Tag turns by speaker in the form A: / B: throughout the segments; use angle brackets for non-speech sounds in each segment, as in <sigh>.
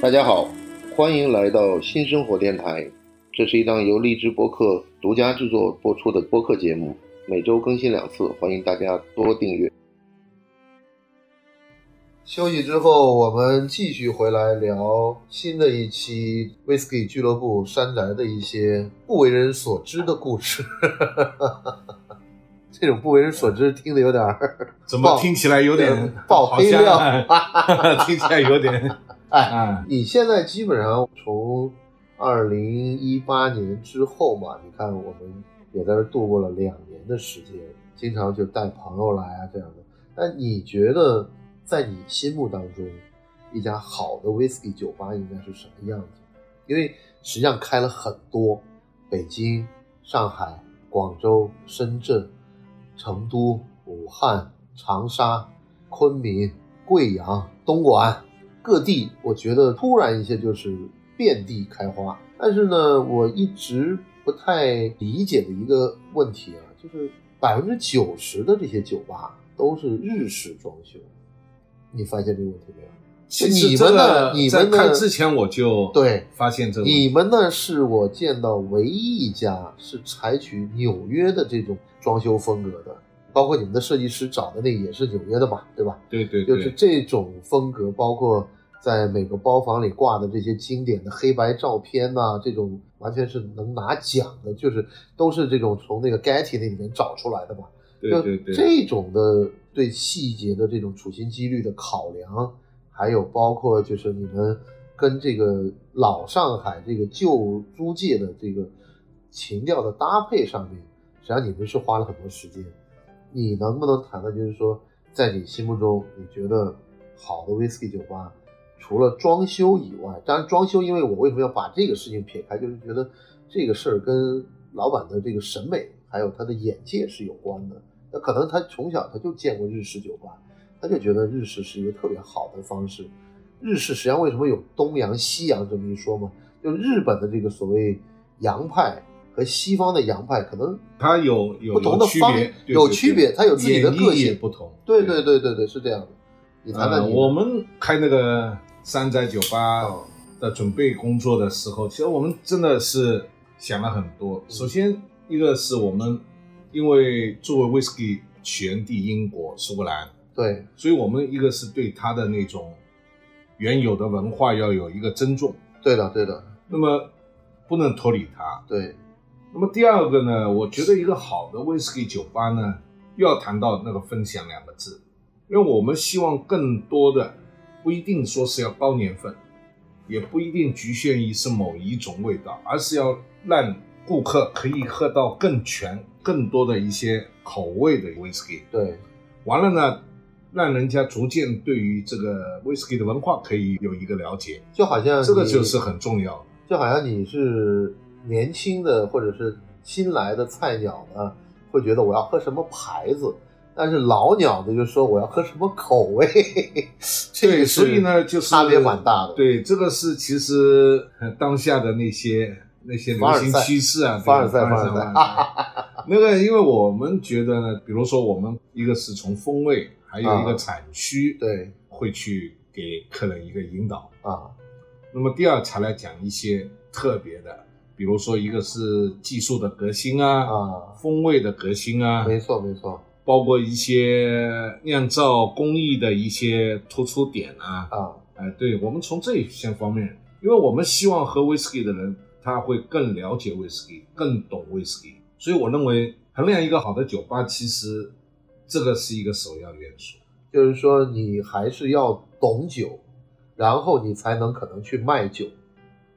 A: 大家好，欢迎来到新生活电台，这是一档由荔枝播客独家制作播出的播客节目，每周更新两次，欢迎大家多订阅。休息之后，我们继续回来聊新的一期 Whisky 俱乐部山宅的一些不为人所知的故事。 <laughs> 这种不为人所知，听得有点儿
B: 怎
A: 爆
B: 么听起来有点
A: 爆
B: 好
A: 黑
B: 像
A: 料
B: 哎 <laughs> 听起来有点
A: <laughs> 哎。
B: 哎，
A: 你现在基本上从二零一八年之后嘛，你看我们也在这度过了两年的时间，经常就带朋友来啊这样的。那你觉得在你心目当中，一家好的 whisky 酒吧应该是什么样子？因为实际上开了很多，北京、上海、广州、深圳、成都、武汉、长沙、昆明、贵阳、东莞各地，我觉得突然一下就是遍地开花。但是呢，我一直不太理解的一个问题啊，就是百分之九十的这些酒吧都是日式装修，你发现这个问题没有？
B: 其
A: 你
B: 实
A: 们
B: 这
A: 的
B: 个
A: 你
B: 在
A: 们的
B: 看之前我就
A: 对
B: 发现这个问
A: 你
B: 题，
A: 们呢是我见到唯一一家是采取纽约的这种装修风格的，包括你们的设计师找的那也是纽约的吧，对吧？
B: 对对
A: 就是
B: 对，
A: 这种风格，包括在每个包房里挂的这些经典的黑白照片呐、这种完全是能拿奖的，就是都是这种从那个 Getty 那里面找出来的嘛。
B: 对
A: 就
B: 对对，
A: 这种的对细节的这种处心积虑的考量，还有包括就是你们跟这个老上海这个旧租界的这个情调的搭配上面，实际上你们是花了很多时间。你能不能谈谈，就是说，在你心目中，你觉得好的 whisky 酒吧，除了装修以外，当然装修，因为我为什么要把这个事情撇开，就是觉得这个事儿跟老板的这个审美还有他的眼界是有关的。那可能他从小他就见过日式酒吧，他就觉得日式是一个特别好的方式。日式实际上为什么有东洋西洋这么一说嘛？就日本的这个所谓洋派和西方的洋派，可能
B: 它有有
A: 不同的
B: 有区
A: 方
B: 别，对
A: 有
B: 对
A: 区
B: 对
A: 别它有自己的
B: 演绎
A: 个性
B: 也不同，
A: 对对对对对是这样的。你谈
B: 呃
A: 谈你、
B: 我们开那个山寨酒吧
A: 哦
B: 的准备工作的时候，其实我们真的是想了很多。首先，一个是我们因为作为 whisky 起源地英国苏格兰，
A: 对
B: 所以我们一个是对它的那种原有的文化要有一个尊重，
A: 对的对的
B: 那么不能脱离它。
A: 对
B: 那么第二个呢，我觉得一个好的 whisky 酒吧呢，又要谈到那个分享两个字，因为我们希望更多的不一定说是要高年份，也不一定局限于是某一种味道，而是要让顾客可以喝到更全、更多的一些口味的 whisky。
A: 对
B: 完了呢，让人家逐渐对于这个 whisky 的文化可以有一个了解，
A: 就好像
B: 这个
A: 你
B: 就是很重要的。
A: 就好像你是年轻的或者是新来的菜鸟呢，会觉得我要喝什么牌子，但是老鸟呢就说我要喝什么口味， <laughs> 这
B: 对，
A: 个
B: 所以呢，就是
A: 差别蛮大的。，
B: 对，这个是其实呃当下的那些那些流行趋势啊，
A: 凡尔赛
B: 对吧
A: 凡尔赛
B: 凡尔赛。那个，因为我们觉得呢，比如说我们一个是从风味，还有一
A: 啊
B: 个产区，
A: 对
B: 会去给客人一个引导。
A: 啊，
B: 那么第二才来讲一些特别的，比如说一个是技术的革新啊，
A: 啊
B: 风味的革新啊，
A: 没错没错
B: 包括一些酿造工艺的一些突出点啊，
A: 啊，
B: 哎，对我们从这一些方面，因为我们希望喝 whisky 的人他会更了解 whisky，更懂 whisky，所以我认为衡量一个好的酒吧，其实这个是一个首要元素。
A: 就是说你还是要懂酒，然后你才能可能去卖酒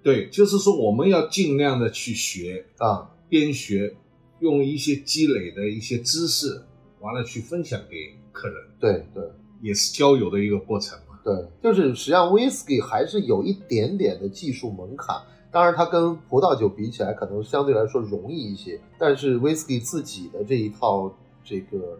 B: 对，就是说我们要尽量的去学，
A: 啊，
B: 边学，用一些积累的一些知识，完了去分享给客人，
A: 对对。
B: 也是交友的一个过程嘛。
A: 对，就是实际上 whisky 还是有一点点的技术门槛。当然，它跟葡萄酒比起来，可能相对来说容易一些。但是 whisky 自己的这一套这个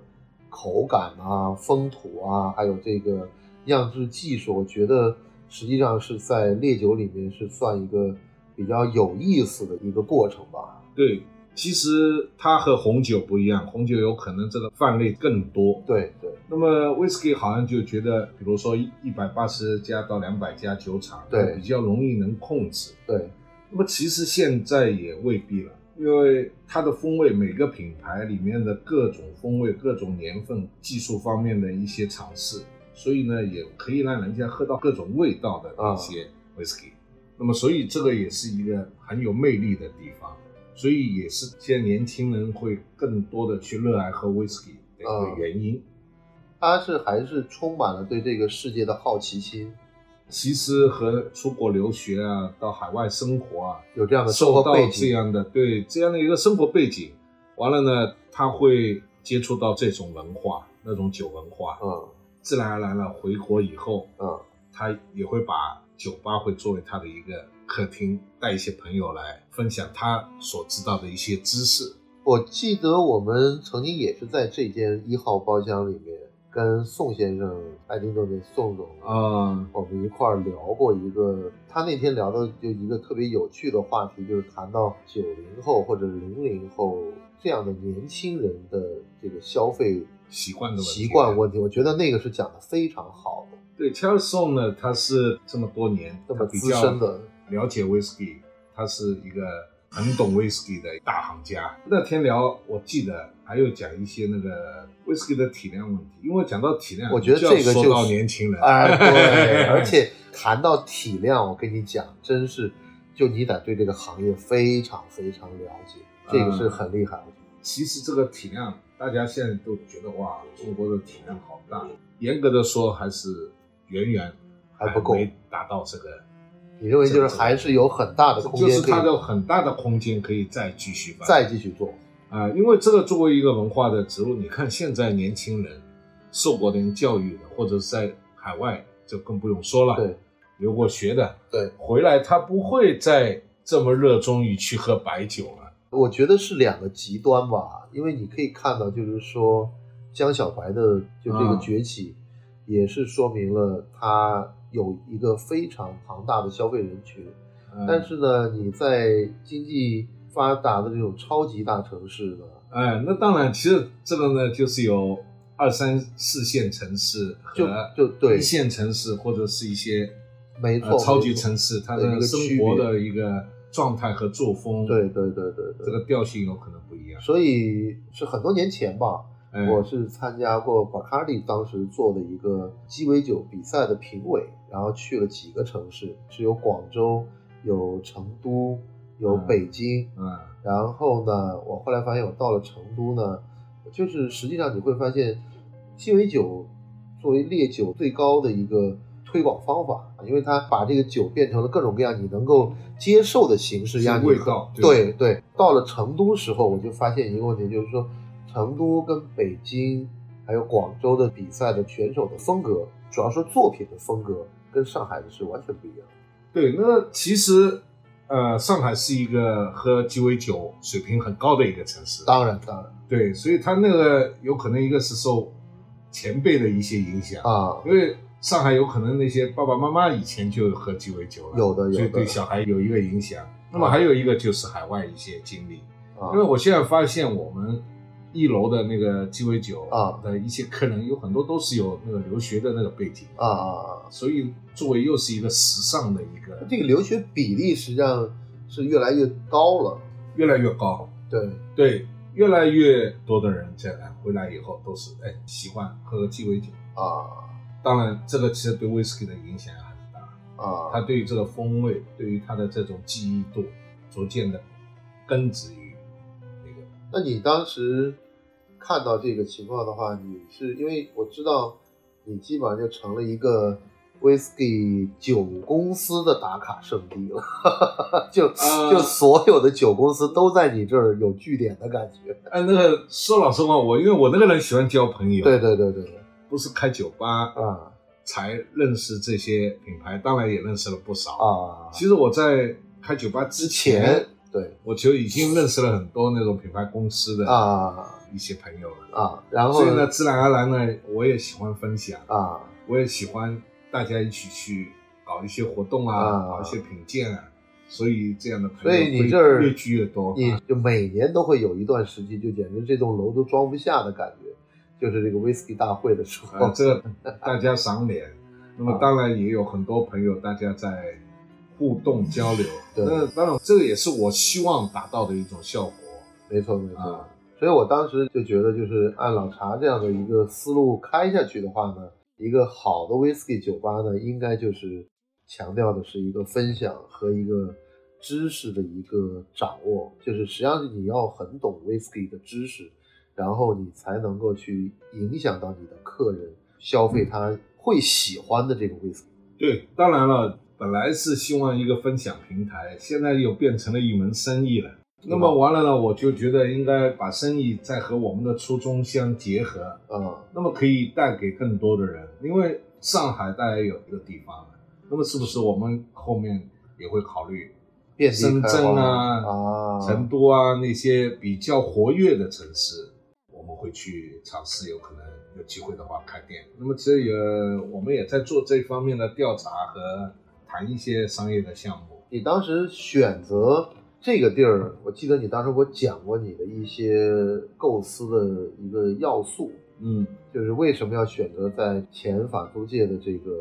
A: 口感啊、风土啊，还有这个酿制技术，我觉得实际上是在烈酒里面是算一个比较有意思的一个过程吧。
B: 对，其实它和红酒不一样，红酒有可能这个范类更多。
A: 对对
B: 那么 whisky 好像就觉得，比如说一百八十家到两百家酒厂，
A: 对
B: 比较容易能控制。
A: 对，
B: 那么其实现在也未必了，因为它的风味，每个品牌里面的各种风味、各种年份、技术方面的一些尝试，所以呢，也可以让人家喝到各种味道的一些 whisky。那么，所以这个也是一个很有魅力的地方，所以也是现在年轻人会更多的去热爱喝 whisky 的一个原因。
A: 他是还是充满了对这个世界的好奇心，
B: 其实和出国留学啊，到海外生活啊，
A: 有这样的呃生
B: 受
A: 活
B: 到
A: 背
B: 这
A: 景，
B: 样的对这样的一个生活背景，完了呢，他会接触到这种文化，那种酒文化，
A: 嗯
B: 自然而然了，回国以后，
A: 嗯，
B: 他也会把酒吧会作为他的一个客厅，带一些朋友来分享他所知道的一些知识。
A: 我记得我们曾经也是在这间一号包厢里面跟宋先生、爱丁顿的宋总
B: 啊、
A: 我们一块儿聊过一个，他那天聊的就一个特别有趣的话题，就是谈到九零后或者零零后这样的年轻人的这个消费
B: 习惯的问题
A: 习惯问题，我觉得那个是讲的非常好的，
B: 对 Charles Song 呢，他是这么多年
A: 这么
B: 他比
A: 资
B: 较
A: 深的
B: 了解 whisky，他是一个很懂 whisky 的大行家。那天聊，我记得还有讲一些那个 whisky 的体量问题，因为讲到体量，
A: 我觉得
B: 就要
A: 这个就是
B: 说到年轻人，
A: 哎，
B: <laughs>
A: 对，而且谈到体量，我跟你讲，真是就你得对这个行业非常非常了解，这个
B: 嗯
A: 是很厉害。我觉得
B: 其实这个体量，大家现在都觉得哇，中国的体量好大。严格的说，还是远远
A: 还不够
B: 没达到这个，
A: 你认为就是还是有很大的空
B: 就
A: 间
B: 是
A: 可
B: 它
A: 以
B: 的很大的空间可以再继续发展。
A: 再继续做，
B: 啊、因为这个作为一个文化的植入，你看现在年轻人受过点教育的，或者是在海外就更不用说了，
A: 对，
B: 留过学的，
A: 对，
B: 回来他不会再这么热衷于去喝白酒了。
A: 我觉得是两个极端吧，因为你可以看到，就是说江小白的就这个
B: 嗯
A: 崛起，也是说明了他有一个非常庞大的消费人群。
B: 嗯
A: 但，是呢，你在经济发达的这种超级大城市呢，
B: 哎，那当然，其实这个呢，就是有二三四线城市
A: 就
B: 和
A: 就对
B: 一，线城市或者是一些
A: 没
B: 呃
A: 错，
B: 超级
A: 没错
B: 城市，它
A: 的一
B: 的
A: 个
B: 生
A: 区
B: 活
A: 别
B: 的一个状态和作风，
A: 对对对对对，
B: 这个调性有可能不一样。
A: 所以是很多年前吧，
B: 哎
A: 我是参加过巴卡利当时做的一个鸡尾酒比赛的评委，然后去了几个城市，是有广州、有成都、有
B: 嗯
A: 北京。
B: 嗯。
A: 然后呢，我后来发现我到了成都呢，就是实际上你会发现，鸡尾酒作为烈酒最高的一个推广方法，因为它把这个酒变成了各种各样你能够接受的形式，
B: 是
A: 让你
B: 味
A: 喝
B: 道对
A: 对对，到了成都时候，我就发现一个问题，就是说成都跟北京还有广州的比赛的选手的风格，主要是作品的风格，跟上海的是完全不一样的。
B: 对，那其实，呃，上海是一个喝鸡尾酒水平很高的一个城市，
A: 当然，当然
B: 对，所以它那个有可能一个是受前辈的一些影响，
A: 啊，
B: 因为上海有可能那些爸爸妈妈以前就喝鸡尾酒了，
A: 有的有的
B: 所以对小孩有一个影响。那么还有一个就是海外一些经历，
A: 啊
B: 因为我现在发现我们一楼的那个鸡尾酒
A: 啊
B: 的一些客人有很多都是有那个留学的那个背景，
A: 啊啊啊！
B: 所以作为又是一个时尚的一个
A: 这个留学比例实际上是越来越高了。
B: 越来越高。
A: 对，
B: 对，越来越多的人在来回来以后都是哎习惯喝个鸡尾酒。
A: 啊
B: 当然，这个其实对 whisky 的影响也很大，
A: 啊，
B: 它对于这个风味，对于它的这种记忆度，逐渐的根植于那个。
A: 那你当时看到这个情况的话，你是因为我知道你基本上就成了一个 whisky 酒公司的打卡圣地了， <laughs> 就、
B: 呃
A: 就所有的酒公司都在你这儿有据点的感觉。
B: 哎，那个说老实话，我因为我那个人喜欢交朋友，
A: 对，对对对对，
B: 不是开酒吧
A: 啊
B: 才认识这些品牌，当然也认识了不少。
A: 啊，
B: 其实我在开酒吧之前，
A: 钱对
B: 我就已经认识了很多那种品牌公司的
A: 啊
B: 一些朋友了。
A: 啊，然后
B: 所以呢，自然而然呢，我也喜欢分享，
A: 啊
B: 我也喜欢大家一起去搞一些活动啊，
A: 啊
B: 搞一些品鉴啊。所以这样的朋友
A: 所以你
B: 会
A: 这儿
B: 越聚越多。啊
A: 你就每年都会有一段时期，就简直这栋楼都装不下的感觉，就是这个 whisky 大会的时候。
B: 呃，这个大家赏
A: <laughs>
B: 脸，那
A: 啊
B: 么当然也有很多朋友大家在互动交流。
A: 对
B: 那当然这个也是我希望达到的一种效果
A: 没错，没错。
B: 啊。
A: 所以我当时就觉得，就是按老茶这样的一个思路开下去的话呢，一个好的 whisky 酒吧呢，应该就是强调的是一个分享和一个知识的一个掌握，就是实际上是你要很懂 whisky 的知识，然后你才能够去影响到你的客人消
B: 嗯
A: 费他会喜欢的这个 whisky。
B: 对，当然了，本来是希望一个分享平台，现在又变成了一门生意了。那么完了呢，我就觉得应该把生意再和我们的初衷相结合，
A: 啊、
B: 那么可以带给更多的人。因为上海大家有一个地方了，那么是不是我们后面也会考虑
A: 遍地
B: 深
A: 开
B: 圳
A: 花
B: 啊
A: 啊，
B: 成都啊那些比较活跃的城市，我们会去尝试，有可能有机会的话开店。那么其实也我们也在做这方面的调查和谈一些商业的项目。
A: 你当时选择这个地儿，我记得你当时给我讲过你的一些构思的一个要素，
B: 嗯，
A: 就是为什么要选择在前法租界的这个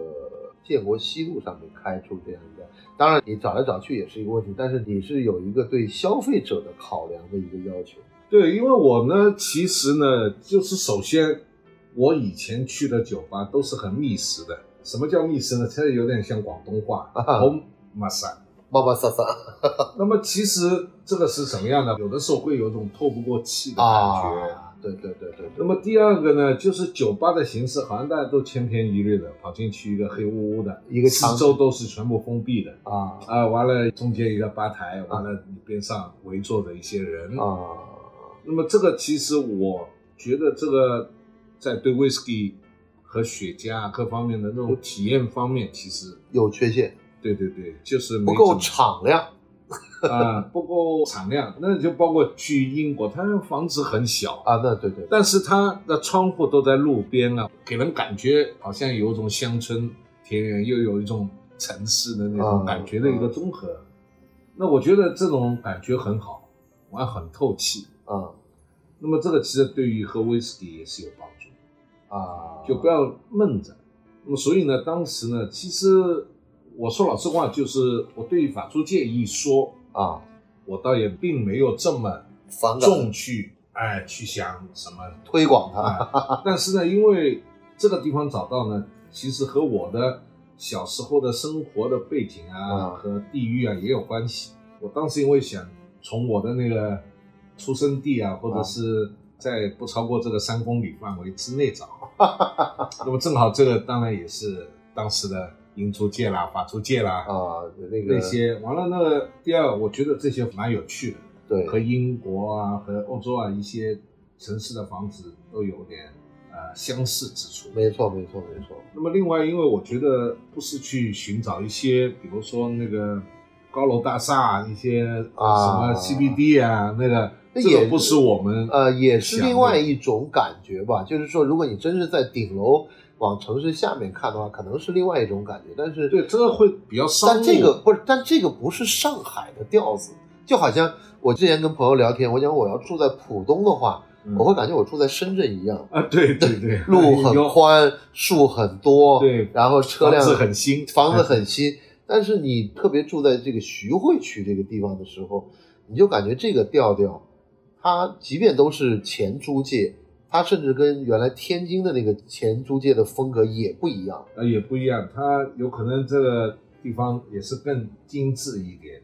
A: 建国西路上面开出这样一家？当然，你找来找去也是一个问题，但是你是有一个对消费者的考量的一个要求。
B: 对，因为我呢，其实呢，就是首先我以前去的酒吧都是很密实的。什么叫密实呢？其实有点像广东话，
A: 啊
B: 红马萨。
A: 妈妈桑桑
B: 那么其实这个是什么样的？有的时候会有种透不过气的感觉。
A: 啊，对对对对
B: 那
A: 对，
B: 么第二个呢，就是酒吧的形式，好像大家都千篇一律的，跑进去一个黑乌乌的，
A: 一个
B: 四
A: 长
B: 周都是全部封闭的，
A: 啊
B: 啊、完了中间一个吧台，完了你边上围坐着一些人。
A: 啊，
B: 那么这个其实我觉得这个在对 whisky 和雪茄啊各方面的那种体验方面，其实
A: 有缺陷，
B: 对对对，就是没
A: 不够
B: 怎么
A: 敞亮
B: 啊、不够敞亮。那就包括去英国，它那房子很小
A: 啊，那对对，
B: 但是它的窗户都在路边啊，给人感觉好像有一种乡村田园，又有一种城市的那种感觉的一个综合。那我觉得这种感觉很好，玩很透气。
A: 啊
B: 那么这个其实对于喝威士忌也是有帮助，
A: 啊，
B: 就不要闷着。那么所以呢，当时呢，其实我说老实话，就是我对于法租界一说，
A: 啊
B: 我倒也并没有这么
A: 反感
B: 重去哎去想什么
A: 推广它。
B: 啊，但是呢，因为这个地方找到呢，其实和我的小时候的生活的背景啊、
A: 嗯
B: 和地域啊也有关系。我当时因为想从我的那个出生地啊，或者是在不超过这个三公里范围之内找，那么正好这个当然也是当时的英租界啦、法租界啦、
A: 啊，那个
B: 那些。完了，那个第二，我觉得这些蛮有趣的。
A: 对
B: 和英国啊、和欧洲啊一些城市的房子都有点呃相似之处。
A: 没错，没错，没错。
B: 那么另外，因为我觉得不是去寻找一些，比如说那个高楼大厦、啊一些什么 CBD 啊，那个
A: 那
B: 这
A: 也
B: 个不是我们
A: 呃，也是
B: 想的
A: 另外一种感觉吧，就是说，如果你真是在顶楼往城市下面看的话，可能是另外一种感觉。但是，
B: 对这个会比较商务。
A: 但这个不是，但这个不是上海的调子。就好像我之前跟朋友聊天，我讲我要住在浦东的话，
B: 嗯
A: 我会感觉我住在深圳一样，
B: 啊，对对对，
A: 路很
B: 有
A: 宽，树很多，
B: 对
A: 然后车辆
B: 房子很新
A: 房子很新。但是你特别住在这个徐汇区这个地方的时候，你就感觉这个调调，它即便都是前租界，它甚至跟原来天津的那个前租界的风格也不一样。
B: 呃，也不一样，它有可能这个地方也是更精致一点。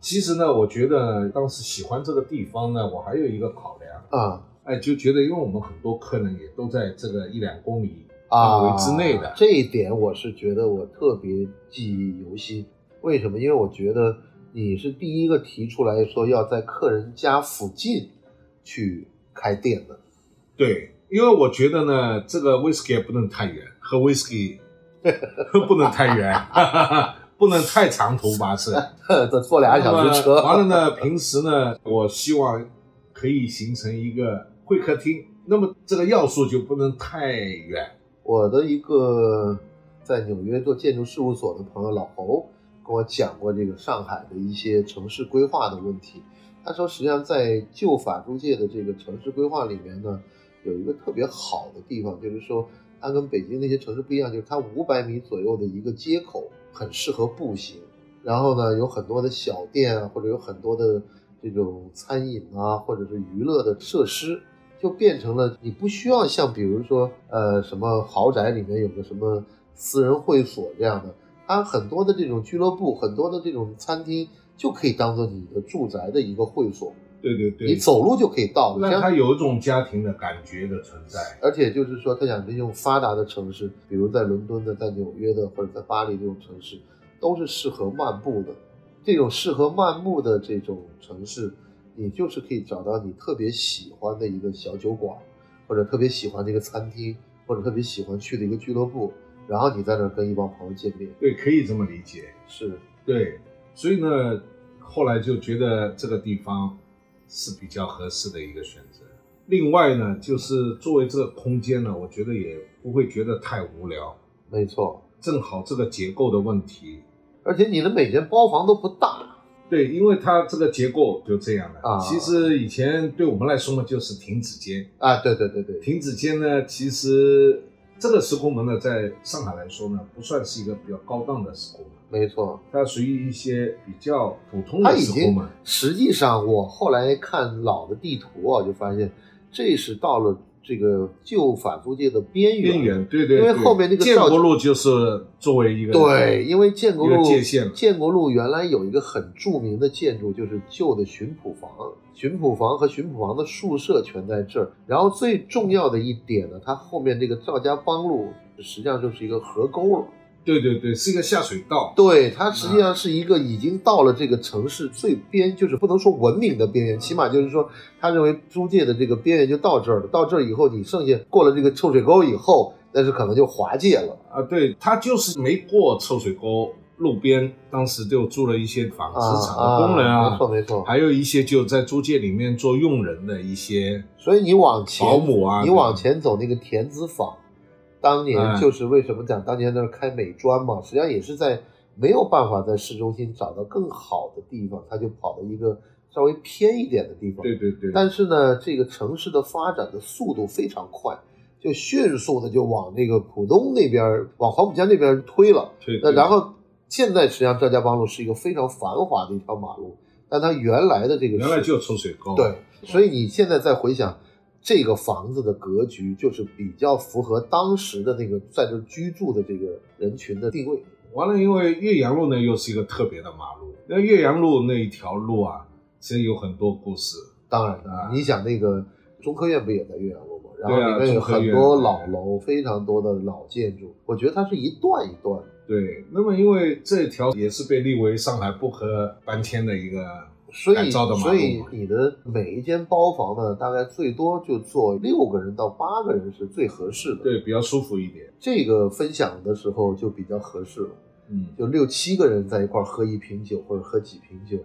B: 其实呢，我觉得当时喜欢这个地方呢，我还有一个考量，
A: 啊
B: 哎，就觉得因为我们很多客人也都在这个一两公里范
A: 啊
B: 围之内的，
A: 这一点我是觉得我特别记忆犹新。为什么？因为我觉得你是第一个提出来说要在客人家附近去开店的。
B: 对，因为我觉得呢，这个 whisky 也不能太远，喝 whisky <laughs> 不能太远， <laughs> 不能太长途跋涉。
A: 这坐 <laughs> 俩小时车
B: 那么完了呢，平时呢，我希望可以形成一个会客厅。那么这个要素就不能太远，
A: 我的一个在纽约做建筑事务所的朋友老侯跟我讲过这个上海的一些城市规划的问题。他说，实际上在旧法租界的这个城市规划里面呢，有一个特别好的地方，就是说它跟北京那些城市不一样，就是它五百米左右的一个街口很适合步行。然后呢，有很多的小店啊，或者有很多的这种餐饮啊，或者是娱乐的设施，就变成了你不需要像比如说呃什么豪宅里面有个什么私人会所这样的，它很多的这种俱乐部，很多的这种餐厅就可以当做你的住宅的一个会所，
B: 对对对，
A: 你走路就可以到。
B: 让他
A: 像
B: 有一种家庭的感觉的存在。
A: 而且就是说，他想利用发达的城市，比如在伦敦的、在纽约的或者在巴黎这种城市，都是适合漫步的。这种适合漫步的这种城市，你就是可以找到你特别喜欢的一个小酒馆，或者特别喜欢的一个餐厅，或者特别喜欢去的一个俱乐部，然后你在那儿跟一帮朋友见面。
B: 对，可以这么理解。
A: 是，
B: 对，所以呢，后来就觉得这个地方是比较合适的一个选择。另外呢，就是作为这个空间呢，我觉得也不会觉得太无聊。
A: 没错。
B: 正好这个结构的问题，
A: 而且你的每间包房都不大，
B: 对，因为它这个结构就这样了。
A: 啊
B: 其实以前对我们来说嘛，就是停止间。
A: 啊，对对对对，
B: 停止间呢，其实这个石库门呢，在上海来说呢，不算是一个比较高档的石库门，
A: 没错。
B: 它属于一些比较普通
A: 它
B: 的
A: 已
B: 石库
A: 经
B: 门。，
A: 实际上我后来看老的地图啊，就发现这是到了这个旧法租界的边缘。
B: 边缘，对对，
A: 因为
B: 对
A: 后面那个
B: 建
A: 造
B: 国路就是作为一个
A: 对，因为建国
B: 一
A: 路
B: 个界限了
A: 建国路原来有一个很著名的建筑，就是旧的巡捕房，巡捕房和巡捕房的宿舍全在这儿。然后最重要的一点呢，它后面这个赵家浜路实际上就是一个河沟了。
B: 对对对，是一个下水道，
A: 对，
B: 嗯
A: 它实际上是一个已经到了这个城市最边，就是不能说文明的边缘，起码就是说，他认为租界的这个边缘就到这儿了。到这儿以后，你剩下过了这个臭水沟以后，但是可能就划界了
B: 啊，对，它就是没过臭水沟，路边当时就住了一些纺
A: 啊
B: 织厂的工人
A: 啊，
B: 啊
A: 没，错没错。
B: 还有一些就在租界里面做佣人的一些
A: 所以你往前，
B: 保姆啊，
A: 你往前走那个田子坊，当年
B: 哎
A: 就是为什么讲当年那儿开美专嘛，实际上也是在没有办法在市中心找到更好的地方，他就跑到一个稍微偏一点的地方。
B: 对，对对对，
A: 但是呢，这个城市的发展的速度非常快，就迅速的就往那个浦东那边儿，往黄浦江那边儿推了。
B: 对
A: 那
B: 对
A: 呃然后现在实际上赵家浜路是一个非常繁华的一条马路，但它原来的这个
B: 原来
A: 是
B: 就哦臭水沟，
A: 对，所以你现在再回想这个房子的格局，就是比较符合当时的那个在这居住的这个人群的定位。
B: 完了，因为岳阳路呢又是一个特别的马路，那岳阳路那一条路啊，其实有很多故事，
A: 当然了
B: 啊，
A: 你想那个中科院不也在岳阳路吗？然后
B: 对啊
A: 里面有
B: 中科
A: 很
B: 院
A: 多老楼，非常多的老建筑，我觉得它是一段一段的。
B: 对，那么因为这条也是被立为上海不可搬迁的一个
A: 所
B: 改
A: 以，
B: 造的马路嘛
A: 所以你的每一间包房呢，大概最多就坐六个人到八个人是最合适的。，
B: 对比较舒服一点。
A: 这个分享的时候就比较合适了。
B: 嗯，
A: 就六七个人在一块儿喝一瓶酒或者喝几瓶酒，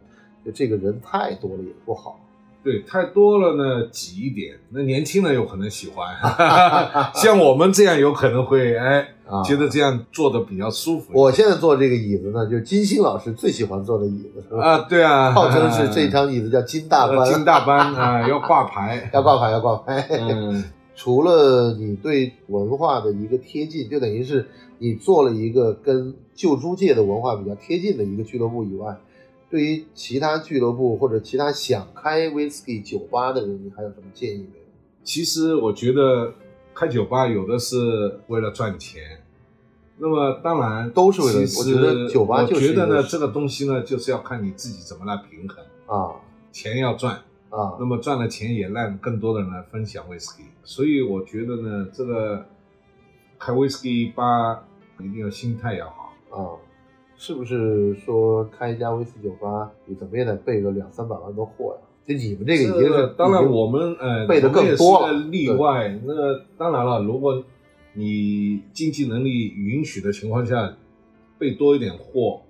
A: 就这个人太多了也不好。
B: 对，太多了呢挤一点，那年轻人有可能喜欢，
A: <laughs>
B: 像我们这样有可能会哎
A: 啊
B: 觉得这样坐的比较舒服一点。
A: 我现在坐这个椅子呢，就是金星老师最喜欢坐的椅子，是吧？
B: 啊，对啊，
A: <laughs> 号称是这张椅子叫金大
B: <laughs> 呃
A: 班，
B: 金大班啊，要挂
A: <laughs>
B: 牌，
A: 要挂牌要挂牌。
B: 嗯，
A: 除了你对文化的一个贴近，就等于是你做了一个跟旧租界的文化比较贴近的一个俱乐部以外，对于其他俱乐部或者其他想开 whisky 酒吧的人，你还有什么建议没有？
B: 其实我觉得开酒吧有的是为了赚钱，那么当然
A: 都是为了
B: 其
A: 我
B: 实
A: 觉得酒吧就是
B: 我觉得
A: 一个
B: 呢，这个东西呢，就是要看你自己怎么来平衡，
A: 啊
B: 钱要赚，
A: 啊
B: 那么赚了钱也让更多的人来分享 whisky，所以我觉得呢，这个开 whisky 吧一定要心态要好。
A: 啊！是不是说开一家威士忌酒吧，你怎么也得备个两三百万的货呀？就你们这个已经是
B: 当
A: 已
B: 然
A: 经
B: 我们呃
A: 备的更多
B: 我
A: 了
B: 们也是个例外。那个当然了，如果你经济能力允许的情况下，备多一点货，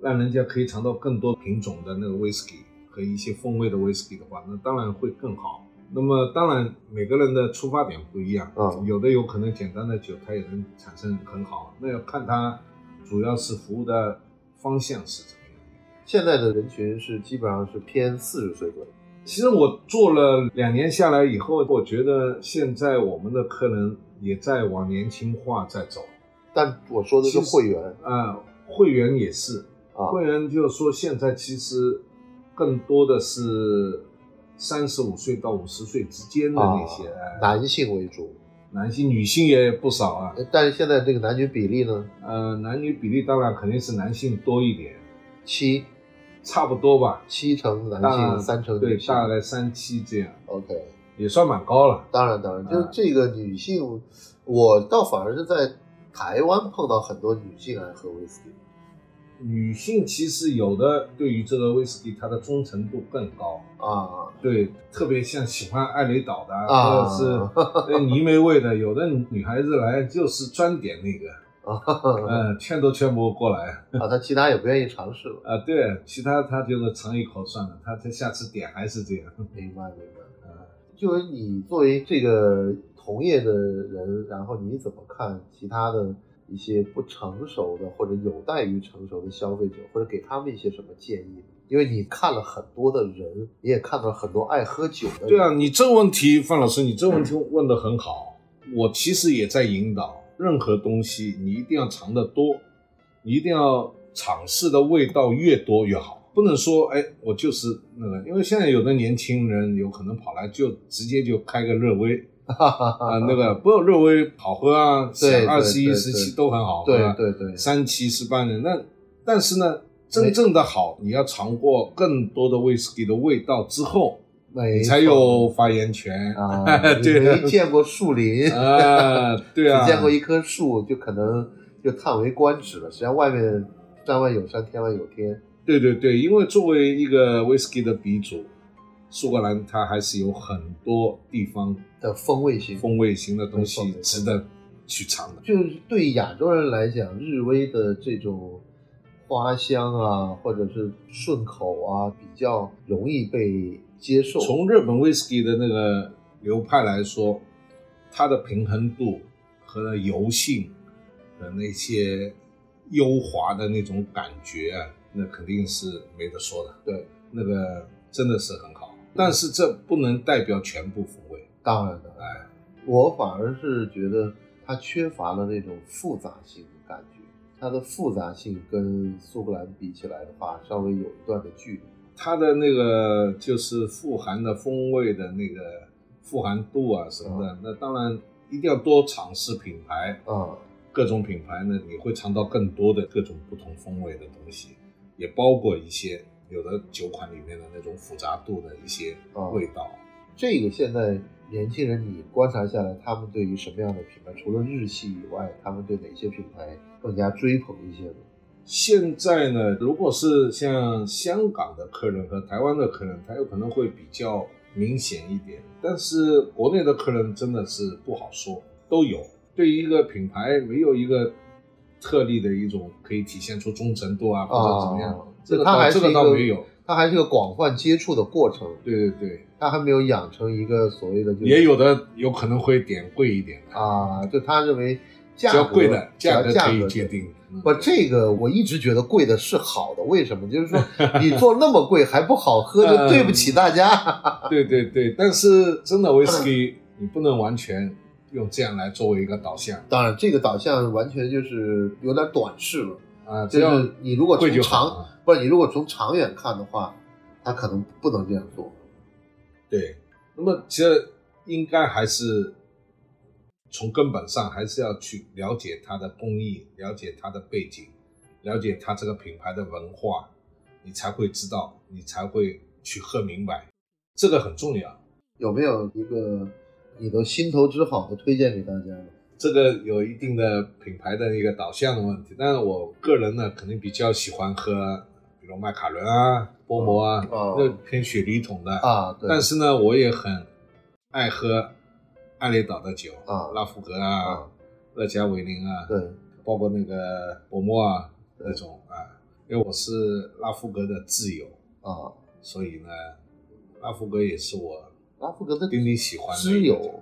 B: 让人家可以尝到更多品种的那个 whisky 和一些风味的 whisky 的话，那当然会更好。那么当然，每个人的出发点不一样，
A: 嗯
B: 有的有可能简单的酒它也能产生很好，那要看它主要是服务的方向是怎么样的？
A: 现在的人群是基本上是偏四十岁左右。
B: 其实我做了两年下来以后，我觉得现在我们的客人也在往年轻化在走。
A: 但我说的是
B: 其实
A: 会员
B: 啊、会员也是，
A: 啊，
B: 会员就是说现在其实更多的是三十五岁到五十岁之间的那些、
A: 啊
B: 哎
A: 男性为主，
B: 男性、女性也不少啊。
A: 呃但是现在这个男女比例呢，
B: 呃，男女比例当然肯定是男性多一点，
A: 七
B: 差不多吧，
A: 七成男
B: 大
A: 性，三成
B: 对
A: 女，性。
B: 大概三七这样，
A: OK，
B: 也算蛮高了。
A: 当然当然，就是
B: 嗯
A: 这个女性，我倒反而是在台湾碰到很多女性爱喝威士忌。
B: 女性其实有的对于这个威士忌，它的忠诚度更高。
A: 啊，
B: 对，特别像喜欢艾雷岛的，
A: 啊
B: 或者是那泥煤味的，有的女孩子来就是专点那
A: 啊，
B: 个，
A: <laughs>
B: 嗯、劝都劝不过来。
A: 啊，他其他也不愿意尝试了。
B: 啊，对，其他她就是尝一口算了，她她下次点还是这样。
A: 明白，明白。
B: 嗯
A: 就是你作为这个同业的人，然后你怎么看其他的一些不成熟的或者有待于成熟的消费者，或者给他们一些什么建议呢？因为你看了很多的人，你也看到了很多爱喝酒的人。
B: 对啊，你这个问题，范老师，你这个问题
A: 嗯
B: 问得很好。我其实也在引导，任何东西你一定要尝得多，你一定要尝试的味道越多越好，不能说哎，我就是那个，因为现在有的年轻人有可能跑来就直接就开个热威啊、那个不热威好喝啊，
A: 对对
B: 二十一、
A: 对
B: 十七
A: 对
B: 都很好喝、
A: 对
B: 啊，
A: 对对，
B: 三七十八年，那但是呢，真正的好，你要尝过更多的威士忌的味道之后。
A: 没
B: 你才
A: 错
B: 有发言权，
A: 啊你
B: 对啊
A: 没见过树林，
B: 啊，对啊，
A: 只见过一棵树，就可能就叹为观止了。实际上，外面山外有山，天外有天。
B: 对对对，因为作为一个 whisky 的鼻祖，苏格兰它还是有很多地方
A: 的风味型。
B: 风味型的东
A: 没
B: 西
A: 错没错
B: 值得去尝的。
A: 就是对亚洲人来讲，日威的这种花香啊，或者是顺口啊，比较容易被接受。
B: 从日本 whisky 的那个流派来说，它的平衡度和油性的那些优滑的那种感觉啊，那肯定是没得说的。
A: 对，
B: 那个真的是很好，但是这不能代表全部风味。
A: 当然的，
B: 哎，
A: 我反而是觉得它缺乏了那种复杂性的感觉。它的复杂性跟苏格兰比起来的话，稍微有一段的距离。
B: 它的那个就是富含的风味的那个富含度啊什么的，那当然一定要多尝试品牌，
A: 啊、
B: 各种品牌呢，你会尝到更多的各种不同风味的东西，也包括一些有的酒款里面的那种复杂度的一些
A: 嗯
B: 味道。
A: 这个现在年轻人，你观察下来，他们对于什么样的品牌，除了日系以外，他们对哪些品牌更加追捧一些呢？
B: 现在呢，如果是像香港的客人和台湾的客人，他有可能会比较明显一点，但是国内的客人真的是不好说，都有。对于一个品牌，没有一个特例的一种可以体现出忠诚度啊，或者怎么样，
A: 啊
B: 这个
A: 它
B: 倒
A: 还
B: 这
A: 是
B: 个
A: 一
B: 倒
A: 个
B: 没有。
A: 它还是个广泛接触的过程，
B: 对对对，
A: 它还没有养成一个所谓的就是
B: 也有的有可能会点贵一点的，
A: 啊，就他认为
B: 比
A: 价格
B: 较贵的
A: 只要
B: 价
A: 价
B: 格可以界定。嗯
A: 不，这个我一直觉得贵的是好的，为什么？
B: <laughs>
A: 就是说你做那么贵还不好喝，
B: 嗯
A: 就对不起大嗯家。
B: 对对对，但是真的威士忌，你不能完全用这样来作为一个导向。
A: 当然，这个导向完全就是有点短视了。
B: 啊，只
A: 就
B: 要
A: 是你如果从
B: 贵就好
A: 长
B: 啊。
A: 不是你如果从长远看的话，他可能不能这样做。
B: 对，那么其实应该还是从根本上还是要去了解它的工艺，了解它的背景，了解它这个品牌的文化，你才会知道，你才会去喝明白，这个很重要。
A: 有没有一个你都心头之好的推荐给大家呢？
B: 这个有一定的品牌的一个导向的问题，但是我个人呢，肯定比较喜欢喝，比如麦卡伦啊、波摩啊，
A: 哦
B: 那偏雪梨桶的
A: 啊，对，
B: 但是呢，我也很爱喝艾雷岛的酒
A: 啊
B: 拉夫格啊
A: 啊，，
B: 乐嘉维林啊，
A: 对，
B: 包括那个伯莫啊
A: 对
B: 那种啊，因为我是拉夫格的挚友，
A: 啊，
B: 所以呢，拉夫格也是我
A: 拉夫格的
B: 丁丁喜欢的
A: 知
B: 一个
A: 友，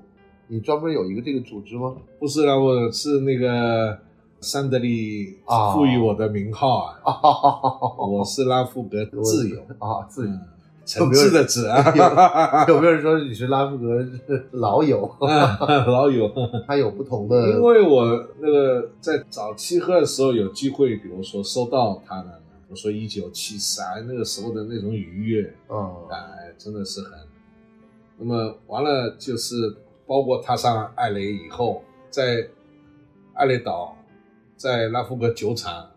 A: 你专门有一个这个组织吗？
B: 不是拉夫格，是那个桑德利
A: 啊
B: 赋予我的名号啊，
A: 啊哈哈哈哈
B: 我是拉夫格 <laughs> 自由，
A: <laughs> 啊，自由。
B: 嗯诚挚的挚啊，
A: <laughs> 有没有人说你是拉夫格老友？ <laughs>
B: 嗯老友，
A: 他有不同的，
B: 因为我那个在早期喝的时候有机会，比如说收到他的，比如说一九七三那个时候的那种愉悦，
A: 嗯
B: 哎，真的是很。那么完了就是包括踏上艾雷以后，在艾雷岛，在拉夫格酒厂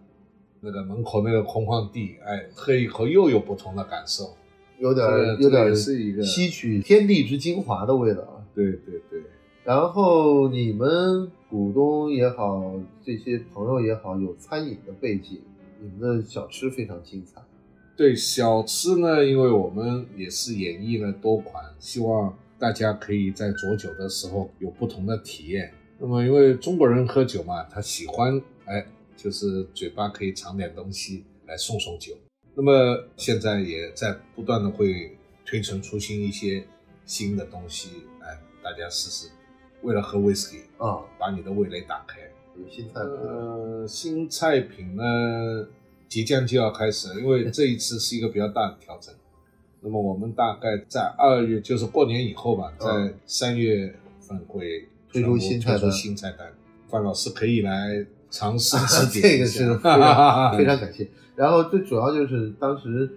B: 那个门口那个空旷地，哎，喝一口又有不同的感受。
A: 有点
B: 这个
A: 有
B: 这
A: 点
B: 个是一个
A: 吸取天地之精华的味道啊。
B: 对对对，
A: 然后你们股东也好，这些朋友也好，有餐饮的背景，你们的小吃非常精彩。
B: 对小吃呢，因为我们也是演绎了多款，希望大家可以在佐酒的时候有不同的体验。那么，因为中国人喝酒嘛，他喜欢哎，就是嘴巴可以尝点东西来送送酒。那么现在也在不断的会推陈出新一些新的东西，哎，大家试试。为了喝威士忌，
A: 啊，
B: 把你的味蕾打开。
A: 有新菜谱、
B: 呃，新菜品呢，即将就要开始了，因为这一次是一个比较大的调整。那么我们大概在二月，就是过年以后吧，
A: 嗯
B: 在三月份会
A: 推出新菜单啊
B: 推出新菜单。范老师可以来尝试指
A: 这
B: 点一
A: 个 <laughs>
B: 下，
A: 是非
B: <laughs>
A: 常啊非常感谢。然后最主要就是当时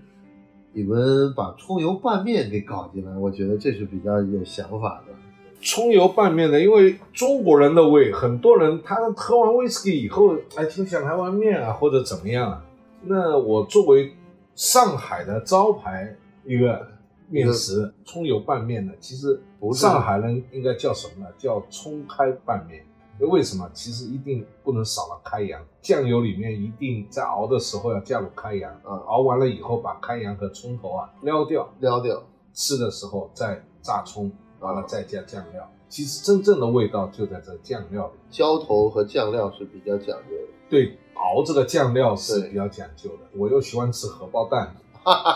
A: 你们把葱油拌面给搞进来，我觉得这是比较有想法的。
B: 葱油拌面的，因为中国人的胃，很多人他喝完威士忌以后，哎，挺想来碗面啊，或者怎么样啊。那我作为上海的招牌一个面食，葱油拌面呢，其实
A: 嗯不是
B: 上海人应该叫什么呢？叫葱开拌面。为什么？其实一定不能少了开洋，酱油里面一定在熬的时候要加入开洋，
A: 嗯
B: 熬完了以后把开洋和葱头啊撩掉，
A: 撩掉，
B: 吃的时候再炸葱，完了再加酱料。其实真正的味道就在这酱料里。
A: 浇头和酱料是比较讲究的。
B: 对，熬这个酱料是
A: 对
B: 比较讲究的。我又喜欢吃荷包蛋，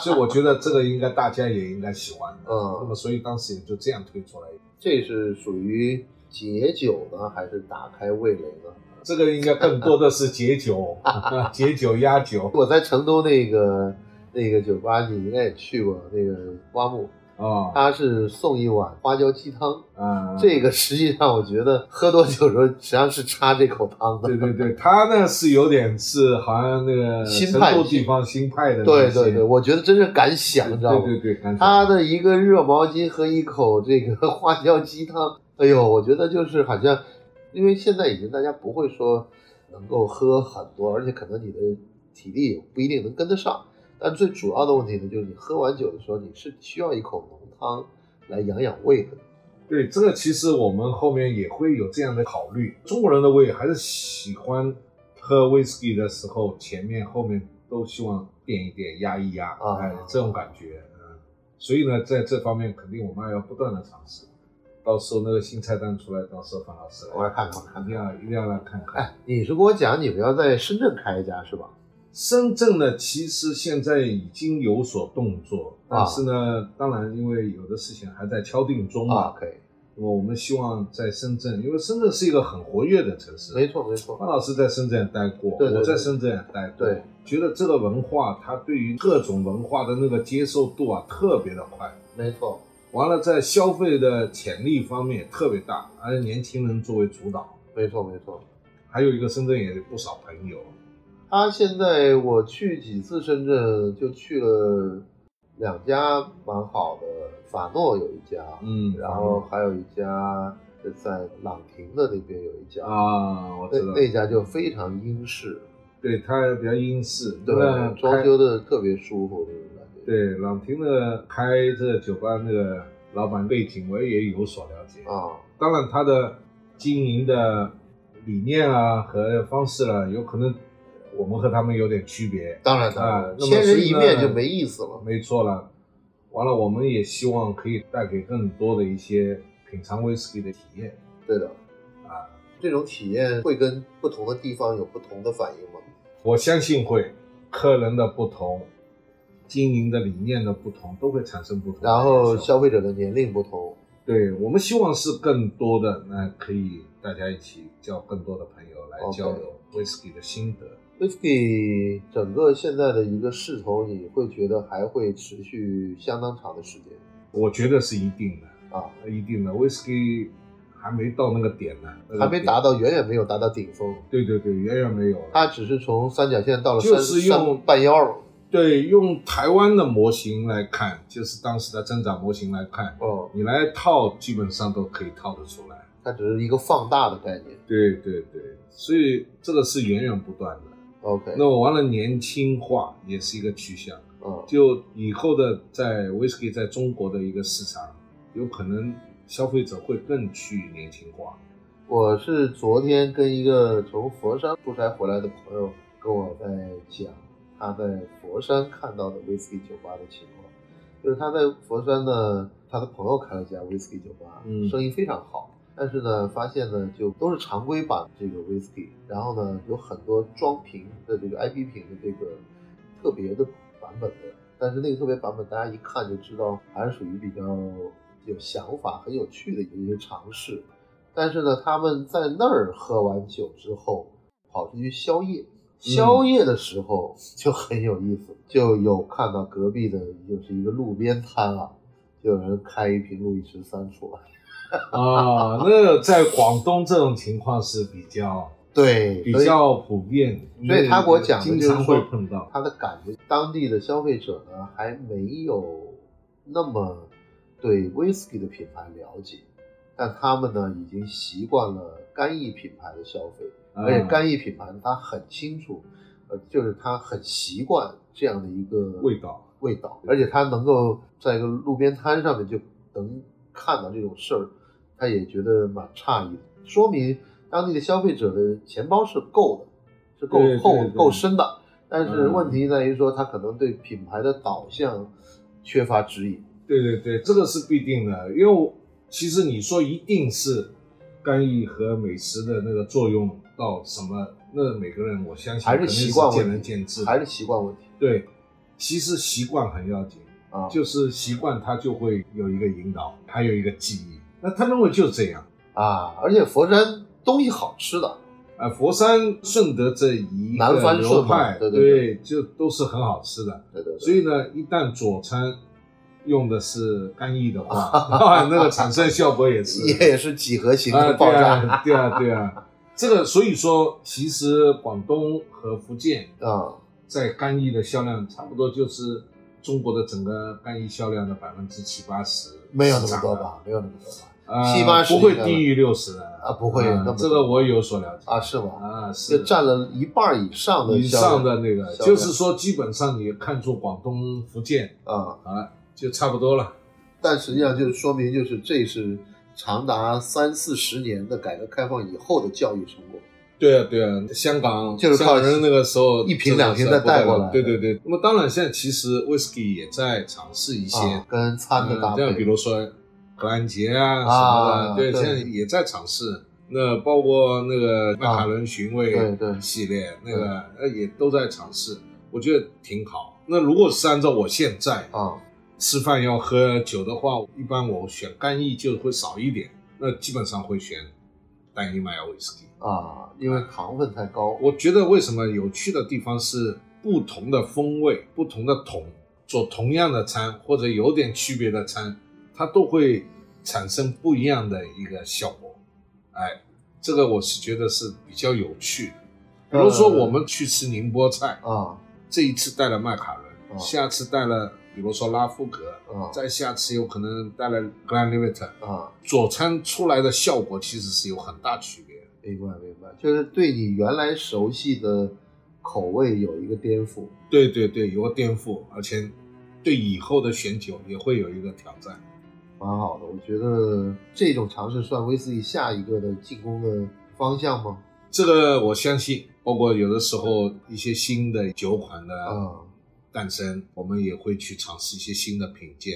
B: 所以我觉得这个应该大家也应该喜欢的。那么，
A: 嗯，
B: 所以当时也就这样推出来。
A: 这是属于解酒呢，还是打开味蕾呢？
B: 这个应该更多的是解酒， <laughs> 解酒压酒
A: 我在成都那个那个酒吧，你应该也去过，那个花木，
B: 啊
A: 他是送一碗花椒鸡汤。
B: 啊！
A: <laughs> 这个实际上我觉得喝多酒的时候，实际上是插这口汤的。
B: 对对对，他呢是有点是好像那个
A: 新
B: 成
A: 派
B: 都地方新派的那
A: 对
B: 些，
A: 对对，我觉得真是敢想，你知道吗？
B: 对对对，感觉
A: 他的一个热毛巾和一口这个花椒鸡汤，哎呦，我觉得就是好像，因为现在已经大家不会说能够喝很多，而且可能你的体力也不一定能跟得上。但最主要的问题呢，就是你喝完酒的时候，你是需要一口浓汤来养养胃的。
B: 对，这个其实我们后面也会有这样的考虑。中国人的胃还是喜欢喝威士忌的时候，前面后面都希望垫一垫、压一压，
A: 啊
B: 哎，这种感觉。嗯，所以呢，在这方面肯定我们还要不断的尝试。到时候那个新菜单出来，到时候范老师
A: 我来
B: 来，
A: 看看，我看
B: 一
A: 看。
B: 定要一定要来看看。
A: 哎，你是跟我讲你们要在深圳开一家是吧？
B: 深圳呢，其实现在已经有所动作，
A: 啊
B: 但是呢，当然因为有的事情还在敲定中嘛
A: 啊，，可以，
B: 那么我们希望在深圳，因为深圳是一个很活跃的城市。
A: 没错没错。
B: 范老师在深圳也待过，
A: 对对
B: 我在
A: 对
B: 深圳也待过，
A: 对，
B: 觉得这个文化，它对于各种文化的那个接受度啊，特别的快。
A: 没错，
B: 完了，在消费的潜力方面也特别大，而且年轻人作为主导。
A: 没错，没错。
B: 还有一个深圳也有不少朋友，
A: 他现在我去几次深圳，就去了两家蛮好的，法诺有一家，
B: 嗯，
A: 然后还有一家是在朗廷的那边有一家，
B: 啊，我
A: 那
B: 知道，
A: 那家就非常英式，
B: 对它比较英式，
A: 对
B: 那
A: 吧，装
B: 开
A: 修的特别舒服那种感觉。
B: 对朗廷的开这酒吧那个老板背景，我也有所了解
A: 啊，
B: 当然，他的经营的理念啊和方式啊，有可能我们和他们有点区别，
A: 当然当
B: 啊
A: 然，
B: 那么
A: 千人一
B: 所以呢
A: 面就没意思了。
B: 没错了。完了，我们也希望可以带给更多的一些品尝威士忌的体验
A: 对的，
B: 啊！
A: 这种体验会跟不同的地方有不同的反应吗？
B: 我相信会，客人的不同，经营的理念的不同，都会产生不同的感受。
A: 然后消费者的年龄不同，
B: 对我们希望是更多的，那可以大家一起交更多的朋友来
A: OK
B: 交流 whisky 的心得。
A: Whisky 整个现在的一个势头，你会觉得还会持续相当长的时间
B: 我觉得是一定的，
A: 啊，
B: 一定的。whisky 还没到那个点呢，那个
A: 还没
B: 点
A: 达。到，远远没有达到顶峰。
B: 对对对，远远没有了。
A: 它只是从三甲线到了
B: 就
A: 三
B: 是用
A: 三半腰了。
B: 对，用台湾的模型来看，就是当时的增长模型来看，
A: 哦，
B: 你来套，基本上都可以套得出来。
A: 它只是一个放大的概念。
B: 对对对，所以这个是源源不断的。
A: OK，
B: 那我完了，年轻化也是一个趋向。
A: 嗯，
B: 就以后的在 whisky 在中国的一个市场，有可能消费者会更去年轻化。
A: 我是昨天跟一个从佛山出差回来的朋友跟我在讲他在佛山看到的威士忌酒吧的情况，就是他在佛山呢，他的朋友开了家威士忌酒吧，
B: 嗯
A: 生意非常好。但是呢，发现呢，就都是常规版这个威士忌，然后呢，有很多装瓶的这个 IB 瓶的这个特别的版本的，但是那个特别版本，大家一看就知道还是属于比较有想法、很有趣的一些尝试。但是呢，他们在那儿喝完酒之后，跑出去宵
B: 嗯
A: 夜。宵夜的时候就很有意思，就有看到隔壁的就是一个路边摊啊，就有人开一瓶路易十三出来，
B: 啊，
A: <laughs>
B: 那在广东这种情况是比较
A: 对，
B: 比
A: 所以
B: 较普遍，
A: 所以他给我讲的
B: 经
A: 就是
B: 常会
A: 说
B: 碰到。
A: 他的感觉，当地的消费者呢还没有那么对 whisky 的品牌了解，但他们呢已经习惯了干邑品牌的消费，而且
B: 嗯
A: 干邑品牌他很清楚，呃，就是他很习惯这样的一个
B: 味道，
A: 味道，而且他能够在一个路边摊上面就能看到这种事儿，他也觉得蛮诧异的，说明当地的消费者的钱包是够的，是够
B: 对对
A: 厚、
B: 对
A: 够深的，但是
B: 嗯
A: 问题在于说他可能对品牌的导向缺乏指引。
B: 对对对，这个是必定的，因为我其实你说一定是干邑和美食的那个作用到什么，那每个人我相信
A: 还是
B: 肯定
A: 习惯
B: 见
A: 问
B: 仁
A: 题，
B: 见智的，
A: 还是习惯问题
B: 对，其实习惯很要紧，
A: 啊。
B: 就是习惯它就会有一个引导，还有一个记忆。那他认为就是这样。
A: 啊，而且佛山东西好吃的，
B: 啊，佛山顺德这一
A: 南
B: 个
A: 番
B: 流
A: 顺嘛
B: 派，
A: 对对
B: 就都是很好吃的。
A: 对对对，
B: 所以呢，一旦佐餐用的是干邑的话，
A: <laughs>
B: 啊那个产生效果也是
A: 也是几何型
B: 啊，
A: 的
B: 对
A: 爆炸
B: 啊，对啊，对啊。这个所以说，其实广东和福建
A: 啊
B: 在干邑的销量差不多就是中国的整个干邑销量的百分之七八十，
A: 没有那么多？吧，没有那么多吧。
B: 呃，
A: 70-80
B: 不会低于六十的
A: 啊不会
B: 呃
A: 那么多
B: 这个我有所了解
A: 啊，是吗？
B: 啊，是
A: 就占了一半以上的
B: 以
A: 销量
B: 上的那个，
A: 销量
B: 就是说基本上你看出广东、福建
A: 啊、
B: 啊，就差不多了。
A: 但实际上就是说明，就是这是长达三四十年的改革开放以后的教育成果。
B: 对啊，对啊，香港
A: 就是靠
B: 香港人那个时候
A: 一瓶两瓶
B: 真的是
A: 再带过来
B: 不得了对对对。那么当然，现在其实 whisky 也在尝试一些
A: 啊，跟餐的搭
B: 嗯这样比
A: 配，
B: 如说格兰杰啊什
A: 啊
B: 么的，对，
A: 对
B: 现在也在尝试。那包括那个麦卡伦寻味
A: 对对
B: 系列，那个呃也都在尝试，我觉得挺好。那如果是按照我现在
A: 啊，
B: 吃饭要喝酒的话，一般我选干邑就会少一点，那基本上会选单一麦芽威士忌。
A: 啊，因为糖分太高，
B: 我觉得为什么有趣的地方是不同的风味、不同的桶做同样的餐或者有点区别的餐，它都会产生不一样的一个效果。哎，这个我是觉得是比较有趣的。比如说我们去吃宁波菜，
A: 啊
B: 这一次带了麦卡伦，
A: 嗯
B: 下次带了比如说拉夫格，
A: 啊
B: 再下次有可能带了 Glenlivet，
A: 啊，
B: 佐餐出来的效果其实是有很大区别的。
A: 明白明白，就是对你原来熟悉的口味有一个颠覆。
B: 对对对，有个颠覆，而且对以后的选酒也会有一个挑战。
A: 蛮好的，我觉得这种尝试算威斯利下一个的进攻的方向吗？
B: 这个我相信，包括有的时候一些新的酒款的
A: 啊，
B: 诞生，我们也会去尝试一些新的品鉴，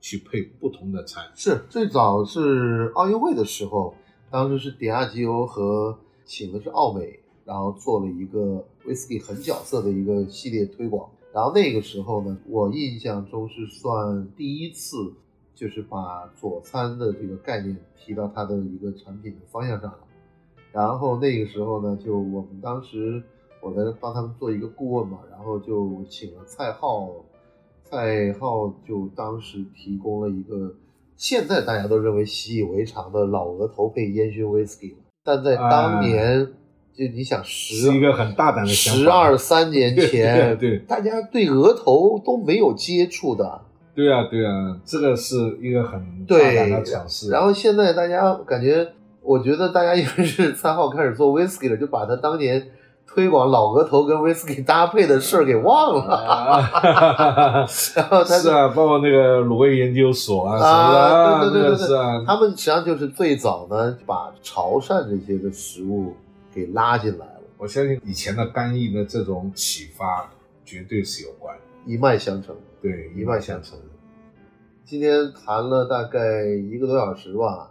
B: 去配不同的餐。
A: 是最早是奥运会的时候，当时是迪亚吉欧和请的是奥美，然后做了一个 whisky 很角色的一个系列推广。然后那个时候呢，我印象中是算第一次就是把佐餐的这个概念提到它的一个产品的方向上了。然后那个时候呢，就我们当时我在帮他们做一个顾问嘛，然后就请了蔡浩，蔡浩就当时提供了一个现在大家都认为习以为常的老鹅头配烟熏 whisky，但在当年、就你想十
B: 是一个很大胆的想法。
A: 十二三年前，
B: 对对对
A: 大家 <laughs> 对额头都没有接触的，
B: 对啊，对啊，这个是一个很大
A: 对
B: 胆的尝试。 <laughs>
A: 然后现在大家感觉，我觉得大家应该是三号开始做 whisky 了，就把他当年推广老额头跟 whisky 搭配的事儿给忘了。
B: 啊，
A: 然后他
B: 是啊，包括那个卤味研究所啊什么的，
A: 啊对对对
B: 那个
A: 对
B: 是啊，
A: 他们实际上就是最早呢，把潮汕这些的食物给拉进来了，
B: 我相信以前的干邑的这种启发绝对是有关，
A: 一脉相承。
B: 对，
A: 一脉相承。今天谈了大概一个多小时吧，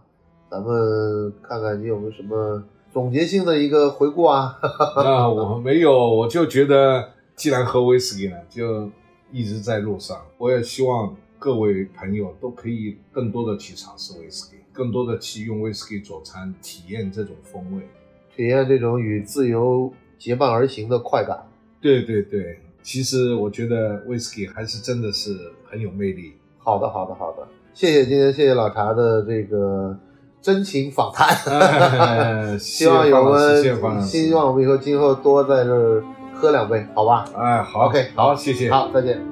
A: 咱们看看你有没有什么总结性的一个回顾啊？
B: <laughs>
A: <laughs>
B: 那我没有，我就觉得既然喝威士忌了，就一直在路上。我也希望各位朋友都可以更多的去尝试威士忌，更多的去用威士忌佐餐，体验这种风味。
A: 体验这种与自由结伴而行的快感。
B: 对对对，其实我觉得威士忌还是真的是很有
A: <laughs>
B: 魅力。
A: 好的，好的，好的，谢谢今天谢谢老茶的这个真情访
B: <laughs>
A: 谈，希
B: 希
A: 望有我
B: 哎谢谢方老
A: 们，
B: 师
A: 希望我们以后今后多在这儿喝两杯，好吧
B: 哎好
A: OK，
B: 好，谢谢，
A: 好，再见。